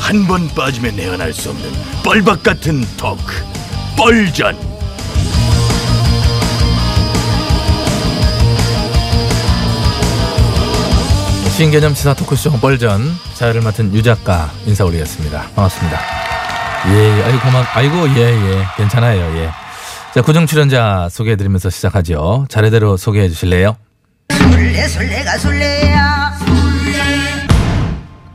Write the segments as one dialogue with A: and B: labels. A: 한 번 빠지면 헤어날 수 없는 뻘박 같은 토크 뻘전
B: 신개념 시사 토크쇼 뻘전 자유를 맡은 유 작가 인사 올리겠습니다. 반갑습니다. 예, 아이고 고마, 아이고 예, 예, 괜찮아요, 예. 자, 고정 출연자 소개해드리면서 시작하죠. 차례대로 소개해 주실래요?
C: 술래 술래가 술래야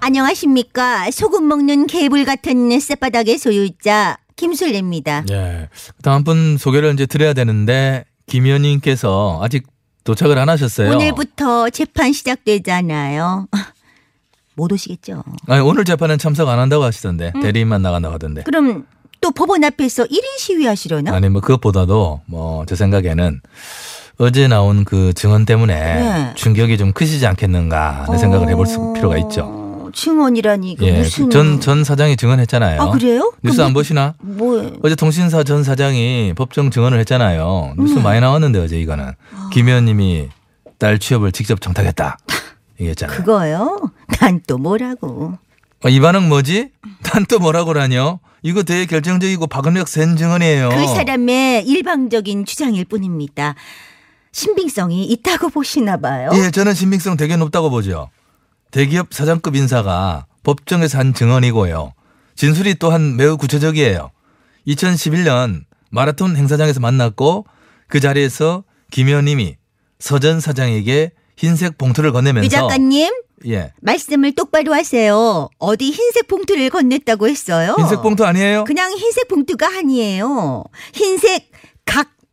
D: 안녕하십니까. 소금 먹는 개불 같은 쌔바닥의 소유자 김술래입니다.
B: 예. 다음 분 소개를 이제 드려야 되는데 김현님께서 아직 도착을 안 하셨어요.
D: 오늘부터 재판 시작되잖아요. 못 오시겠죠?
B: 아니, 오늘 재판은 참석 안 한다고 하시던데
D: 음.
B: 대리인만 나간다고 하던데.
D: 그럼 또 법원 앞에서 1인 시위하시려나?
B: 아니 뭐 그것보다도 뭐 제 생각에는 어제 나온 그 증언 때문에
D: 네.
B: 충격이 좀 크시지 않겠는가 하는 아, 네, 생각을 해볼 수- 필요가 있죠.
D: 어, 증언이라니 이거
B: 예,
D: 무슨
B: 전전 사장이 증언했잖아요.
D: 아, 그래요?
B: 뉴스
D: 그럼
B: 안 보시나?
D: 뭐
B: 어제 통신사 전 사장이 법정 증언을 했잖아요. 뉴스
D: 음.
B: 많이 나왔는데 어제 이거는
D: 아.
B: 김 의원님이 딸 취업을 직접 청탁했다 얘기했잖아요.
D: 그거요? 난 또 뭐라고?
B: 어, 이 반응 뭐지? 난 또 뭐라고라뇨? 이거 되게 결정적이고 파급력 센 증언이에요.
D: 그 사람의 일방적인 주장일 뿐입니다. 신빙성이 있다고 보시나 봐요.
B: 예, 저는 신빙성 되게 높다고 보죠. 대기업 사장급 인사가 법정에서 한 증언이고요. 진술이 또한 매우 구체적이에요. 2011년 마라톤 행사장에서 만났고 그 자리에서 김 의원님이 서전 사장에게 흰색
D: 그
B: 봉투를 건네면서
D: 유 작가님
B: 예
D: 말씀을 똑바로 하세요. 어디 흰색 봉투를 건넸다고 했어요?
B: 흰색 봉투 아니에요?
D: 그냥 흰색 봉투가 아니에요. 흰색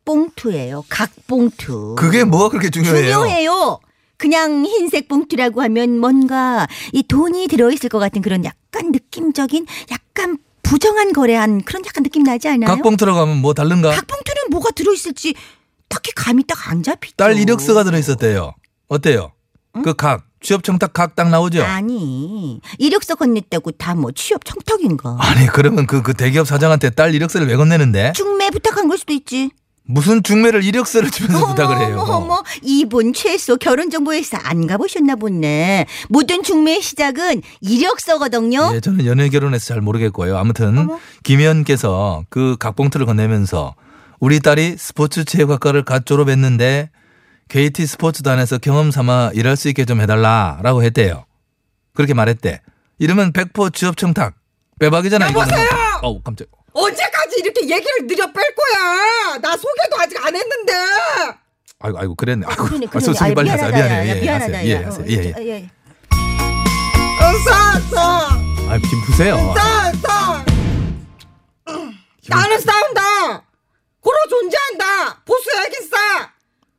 D: 각봉투예요. 각봉투.
B: 그게 뭐가 그렇게 중요해요?
D: 중요해요. 그냥 흰색 봉투라고 하면 뭔가 이 돈이 들어있을 것 같은 그런 약간 느낌적인 약간 부정한 거래한 그런 약간 느낌 나지 않아요?
B: 각봉 들어가면 뭐 다른가?
D: 투는 뭐가 들어있을지 딱히 감이 딱 안 잡히죠.
B: 딸 이력서가 들어있었대요. 어때요? 그 각 취업 청탁 각 딱 나오죠?
D: 아니 이력서 건넸다고 다 뭐 취업 청탁인가?
B: 아니 그러면 그 그 대기업 사장한테 딸 이력서를 왜 건네는데?
D: 중매 부탁한 걸 수도 있지.
B: 무슨 중매를 이력서를 주면서 부탁을 해요.
D: 어머, 어머, 이분 최소 결혼정보회사 안 가보셨나 보네. 모든 중매의 시작은
C: 어?
D: 이력서거든요.
B: 예, 저는 연애 결혼해서 잘 모르겠고요. 아무튼 김희연께서 그 각봉투를 건네면서 우리 딸이 스포츠 체육학과를 갓 졸업했는데 KT 스포츠단에서 경험 삼아 일할 수 있게 좀 해달라라고 했대요. 그렇게 말했대. 이러면 100% 취업 청탁 빼박이잖아. 여보세요. 어우 깜짝.
C: 언제까지 이렇게 얘기를 느려 뺄 거야 나 소개도 아직 안 했는데
B: 아이고 아이고 그랬네. 아이고
D: 그러네,
B: 아,
D: 그러네.
B: 소송이
D: 아이,
B: 빨리 하세요.
D: 미안하다, 야,
B: 미안해요.
D: 야,
B: 예,
D: 미안하다,
B: 하세요. 예,
D: 야.
B: 하세요.
D: 어,
B: 예, 예.
D: 저, 예.
C: 싸싸싸싸
B: 아 지금 부세요.
C: 나는 싸운다 고로 존재한다 보수야겠어
B: 네,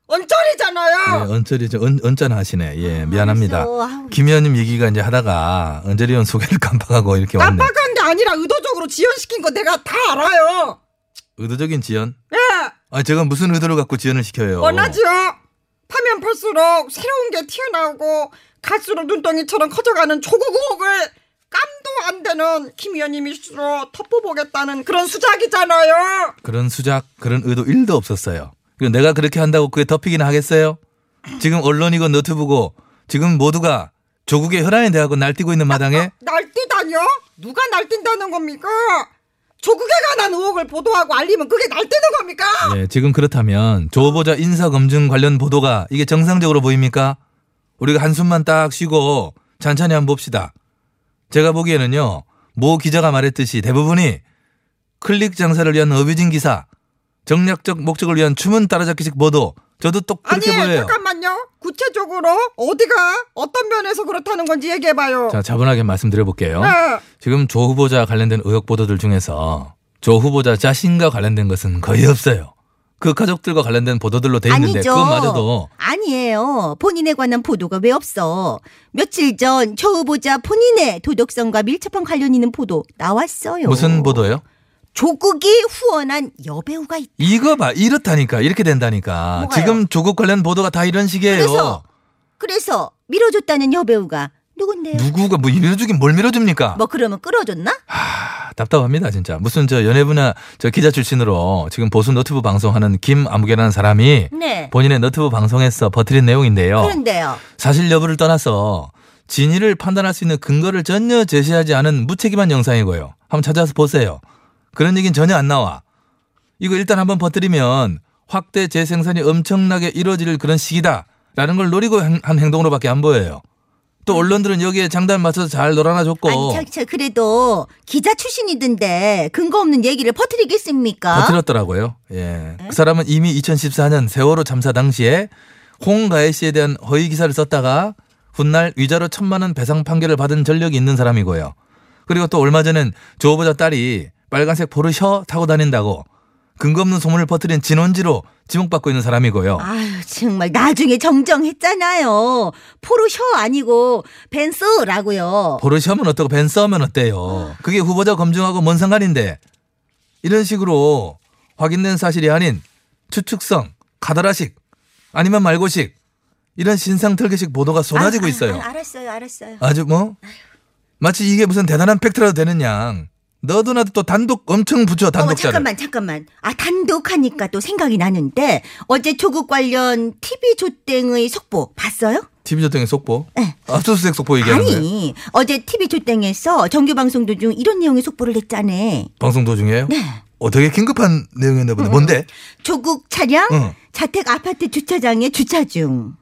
C: 언저리잖아요
B: 언저리 저 언, 언짢아하시네. 예, 미안합니다.
D: 알았어. 아우.
B: 김 의원님 얘기가 이제 하다가 언저리 의원 소개를 깜빡하고 이렇게 왔네.
C: 깜빡한 게 아니라 의도적으로 지연시킨 거 내가 다 알아요
B: 의도적인 지연?
C: 예
B: 아, 제가 무슨 의도를 갖고 지연을 시켜요?
C: 원하지요 파면 팔수록 새로운 게 튀어나오고 갈수록 눈덩이처럼 커져가는 조국 의혹을 깜도 안 되는 김 의원님이 스스로 덮어보겠다는 그런 수작이잖아요
B: 그런 수작, 그런 의도 일도 없었어요. 그리고 내가 그렇게 한다고 그게 덮이긴 하겠어요? 지금 언론이고 너튜브고 지금 모두가 조국의 혈안이 돼하고 날뛰고 있는 마당에
C: 날뛰다뇨? 누가 날뛴다는 겁니까? 조국에 관한 의혹을 보도하고 알리면 그게 날뛰는 겁니까?
B: 예, 지금 그렇다면 조 후보자 인사 검증 관련 보도가 이게 정상적으로 보입니까? 우리가 한숨만 딱 쉬고 잔잔히 한번 봅시다. 제가 보기에는요, 모 기자가 말했듯이 대부분이 클릭 장사를 위한 어뷰징 기사, 정략적 목적을 위한 춤은 따라잡기식 보도, 저도 똑
C: 아니
B: 그렇게 보여요.
C: 잠깐만요. 구체적으로 어디가 어떤 면에서 그렇다는 건지 얘기해봐요.
B: 자, 어? 차분하게 말씀드려볼게요.
C: 네.
B: 지금 조 후보자 관련된 의혹 보도들 중에서 조 후보자 자신과 관련된 것은 거의 없어요. 그 가족들과 관련된 보도들로 돼 있는데
D: 아니죠.
B: 그것마저도
D: 아니에요. 본인에 관한 보도가 왜 없어? 며칠 전 조 후보자 본인의 도덕성과 밀접한 관련 있는 보도 나왔어요.
B: 무슨 보도예요?
D: 조국이 후원한 여배우가 있.
B: 이거 봐 이렇다니까 이렇게 된다니까
D: 뭐가요?
B: 지금 조국 관련 보도가 다 이런 식이에요.
D: 그래서 그래서 밀어줬다는 여배우가 누군데요?
B: 누구가 뭐 밀어주긴 뭘 밀어줍니까?
D: 뭐 그러면 끌어줬나?
B: 아, 답답합니다 진짜 무슨 저 연예부나 저 기자 출신으로 지금 보수 너튜브 방송하는 김아무개라는 사람이
D: 네.
B: 본인의 너튜브 방송에서 버티린 내용인데요.
D: 그러니까. 그런데요.
B: 사실 여부를 떠나서 진위를 판단할 수 있는 근거를 전혀 제시하지 않은 무책임한 영상이고요. 한번 찾아서 보세요. 그런 얘기는 전혀 안 나와. 이거 일단 한번 퍼뜨리면 확대 재생산이 엄청나게 이루어질 그런 시기다라는 걸 노리고 한, 한 행동으로밖에 안 보여요. 또 언론들은 여기에 장단 맞춰서 잘 놀아놔줬고
D: 아니 저, 저 그래도 기자 출신이던데 근거 없는 얘기를 퍼뜨리겠습니까?
B: 퍼뜨렸더라고요. 예. 그 사람은 이미 2014년 세월호 참사 당시에 홍가혜 씨에 대한 허위 기사를 썼다가 훗날 위자료 천만 원 배상 판결을 받은 전력이 있는 사람이고요. 그리고 또 얼마 전엔 조 후보자 딸이 빨간색 포르셔 타고 다닌다고 근거 없는 소문을 퍼뜨린 진원지로 지목받고 있는 사람이고요.
D: 아유 정말 나중에 정정했잖아요. 포르셔 아니고 벤츠라고요.
B: 포르셔면 어떻고 벤츠하면 어때요? 그게 후보자 검증하고 뭔 상관인데 이런 식으로 확인된 사실이 아닌 추측성, 카더라식 아니면 말고식 이런 신상 털기식 보도가 쏟아지고
D: 아, 아,
B: 있어요.
D: 아, 알았어요, 알았어요.
B: 아주 뭐 마치 이게 무슨 대단한 팩트라도 되는 양 너도 나도 또 단독 엄청 붙여
D: 어머
B: 단독자를
D: 잠깐만 잠깐만 아 단독하니까 또 생각이 나는데 어제 조국 관련 TV 조땡의 속보 봤어요?
B: TV 조정의 속보 아,
D: 예.
B: 압수수색 속보 얘기하는 거예요.
D: 아니 어제 TV 조땡에서 정규 방송 도중 이런 내용의 속보를 냈잖아요.
B: 방송 도중이에요?
D: 네. 음.
B: 어, 되게 긴급한 내용이었나 보네. 뭔데?
D: 조국 차량
B: 응.
D: 자택 아파트 주차장에 주차 중.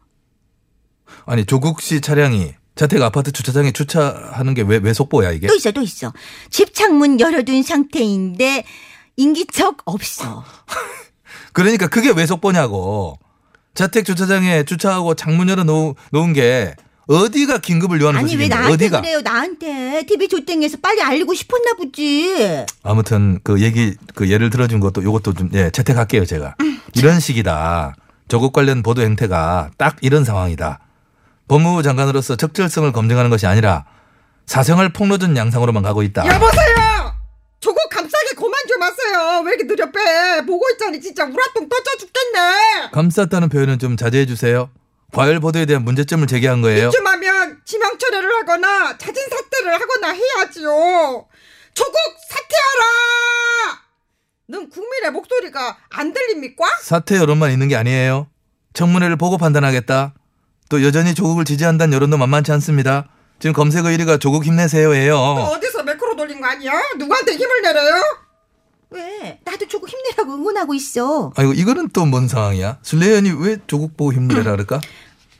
B: 아니 조국 씨 차량이 자택 아파트 주차장에 주차하는 게 왜 왜 속보야 이게?
D: 또 있어 또 있어. 집 창문 열어둔 상태인데 인기척 없어.
B: 그러니까 그게 왜 속보냐고. 자택 주차장에 주차하고 창문 열어 놓- 놓은 게 어디가 긴급을 요하는
D: 아니 왜
B: 소식인데
D: 나한테
B: 어디가?
D: 그래요? 나한테 TV 조땡에서 빨리 알리고 싶었나 보지.
B: 아무튼 그 얘기 그 예를 들어준 것도 요것도 좀 예, 채택할게요 제가.
D: 음,
B: 이런 식이다. 조국 관련 보도 행태가 딱 이런 상황이다. 법무부 장관으로서 적절성을 검증하는 것이 아니라 사생활 폭로전 양상으로만 가고 있다.
C: 여보세요. 조국 감싸기 그만 좀 하세요. 왜 이렇게 느려 빼? 보고 있자니 진짜 우라통 떠져 죽겠네.
B: 감쌌다는 표현은 좀 자제해 주세요. 과열 보도에 대한 문제점을 제기한 거예요.
C: 이쯤 하면 지명 철회를 하거나 자진 사퇴를 하거나 해야지요. 조국 사퇴하라. 넌 국민의 목소리가 안 들립니까?
B: 사퇴 여론만 있는 게 아니에요. 청문회를 보고 판단하겠다. 또 여전히 조국을 지지한다는 여론도 만만치 않습니다. 지금 검색어 1위가 조국
C: 또
B: 힘내세요예요.
C: 어디서 매크로 돌린 거 아니야? 누구한테 힘을 내려요?
D: 왜? 나도 조국 힘내라고 응원하고 있어.
B: 아이고 이거는 또 뭔 상황이야? 순례연이 왜 조국 보고 힘내라 그럴까?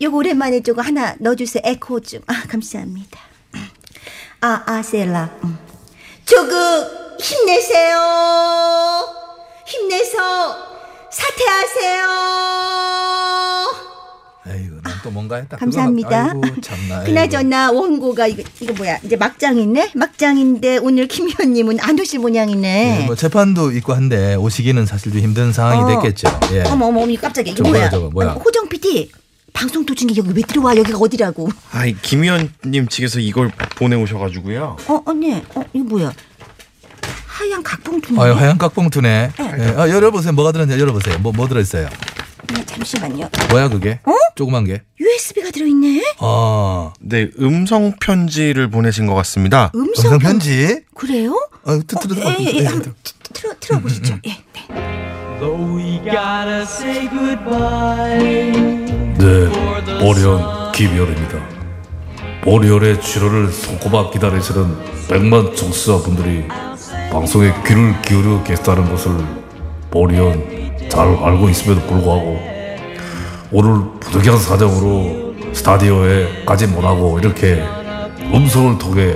D: 요거 오랜만에 조금 하나 넣어주세요. 에코 좀. 아 감사합니다. 아 아셀라. 음. 조국 힘내세요. 힘내서 사퇴하세요.
B: 아이고 난또 뭔가 했다. 그거
D: 감사합니다.
B: 아이고 참나. 아이고.
D: 그나저나 원고가 이거, 이거 뭐야 이제 막장이네 막장인데 오늘 김 의원님은 안 오실 모양이네.
B: 네, 뭐 재판도 있고 한데 오시기는 사실 좀 힘든 상황이
D: 어.
B: 됐겠죠. 예.
D: 어머 어머 어머 깜짝이야 이거
B: 저거
D: 뭐야?
B: 뭐야, 저거 뭐야?
D: 아니, 호정 PD 방송 도중에 여기 왜 들어와 여기가 어디라고?
E: 아이 김 의원님 측에서 이걸 보내오셔가지고요.
D: 어 언니 어 이거 뭐야? 하얀 각봉투네.
B: 아유 하얀 깍봉투네.
D: 네.
B: 예. 아 열어보세요. 뭐가 들었냐 열어보세요. 뭐 뭐 들어있어요?
D: 아, 잠시만요.
B: 뭐야 그게? 조그만 게?
D: USB가 들어있네.
B: 아
E: 네 음성 편지를 보내신 것 같습니다.
D: 음성
B: 음성 편지?
D: 그래요?
B: 아, 틀- 어, 틀어서
D: 어, 예, 예,
B: 예,
D: 예, 한번 트- 트- 틀어 틀어 보시죠. 예. 네.
F: Though we gotta say goodbye.
G: 네, 보리온 김열입니다. 보리온의 출연을 손꼽아 기다리시는 100만 청취자분들이 방송에 귀를 기울여 계시다는 것을 보리온 잘 알고 있음에도 불구하고 오늘 부득이한 사정으로 스타디오에 가지 못하고 이렇게 음성을 통해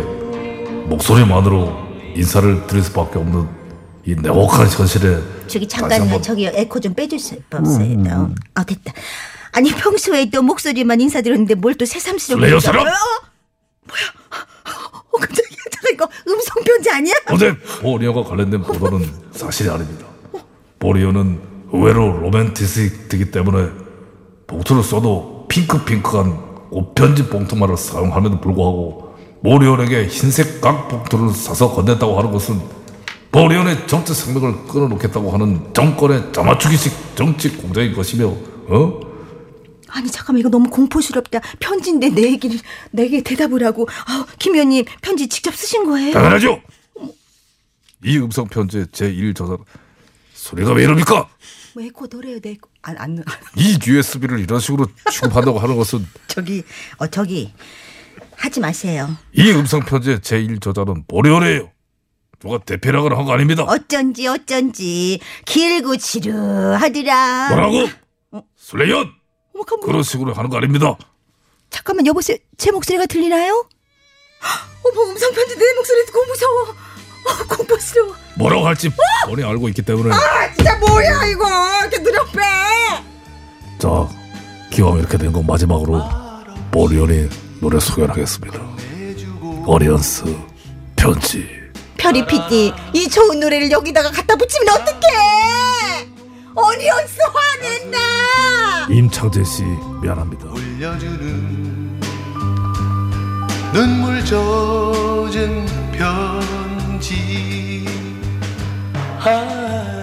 G: 목소리만으로 인사를 드릴 수밖에 없는 이 냉혹한 현실에
D: 저기
G: 다시
D: 잠깐
G: 한번
D: 저기 에코 좀 빼주세요. 법세요. 아 됐다. 아니 평소에 또 목소리만 인사드렸는데 뭘 또 새삼스럽게.
G: 술래요, 사람?
D: 어? 뭐야? 어 깜짝이야. 잠깐 이거 음성 편지 아니야?
G: 어제 보리오가 관련된 보도는 사실이 아닙니다. 보리오는 의외로 로맨티스트이기 때문에 봉투를 써도 핑크핑크한 옷편지 봉투만을 사용함에도 불구하고 보리오에게 흰색 각 봉투를 사서 건넸다고 하는 것은 보리오의 정치 생명을 끊어놓겠다고 하는 정권의 자마추기식 정치 공작인 것이며 어?
D: 아니 잠깐만 이거 너무 공포스럽다. 편지인데 내 얘기를 내게 대답을 하고 아, 김 의원님 편지 직접 쓰신 거예요?
G: 당연하죠. 이 음성 편지의 제1 저자 소리가 왜 이럽니까?
D: 뭐 에코 노래요 내 에코. 아, 안, 안,
G: 이 USB를 이런 식으로 취급한다고 하는 것은
D: 저기 어 저기 하지 마세요.
G: 이 음성 편지의 제1 저자는 모래오래요. 누가 대패락을 한 거 아닙니다.
D: 어쩐지 어쩐지 길고 지루하더라.
G: 뭐라고? 슬레이언
D: 어머, 깜짝이야.
G: 그런 식으로 하는 거 아닙니다.
D: 잠깐만 여보세요. 제 목소리가 들리나요? 어머 음성 편지 내 목소리 듣고 무서워. 어, 공포스러워.
G: 뭐라고 할지 본인이 알고 있기 때문에
C: 아 진짜 뭐야 이거 이렇게 느려 빼
G: 자 기왕 이렇게 된 건 마지막으로 모래오래 노래 소개를 하겠습니다. 어리언스 편지
D: 별이 PD 이 좋은 노래를 여기다가 갖다 붙이면 어떡해? 어니언스 화낸다.
G: 임창재 씨 미안합니다.
H: 울려주는 눈물 젖은 편지 아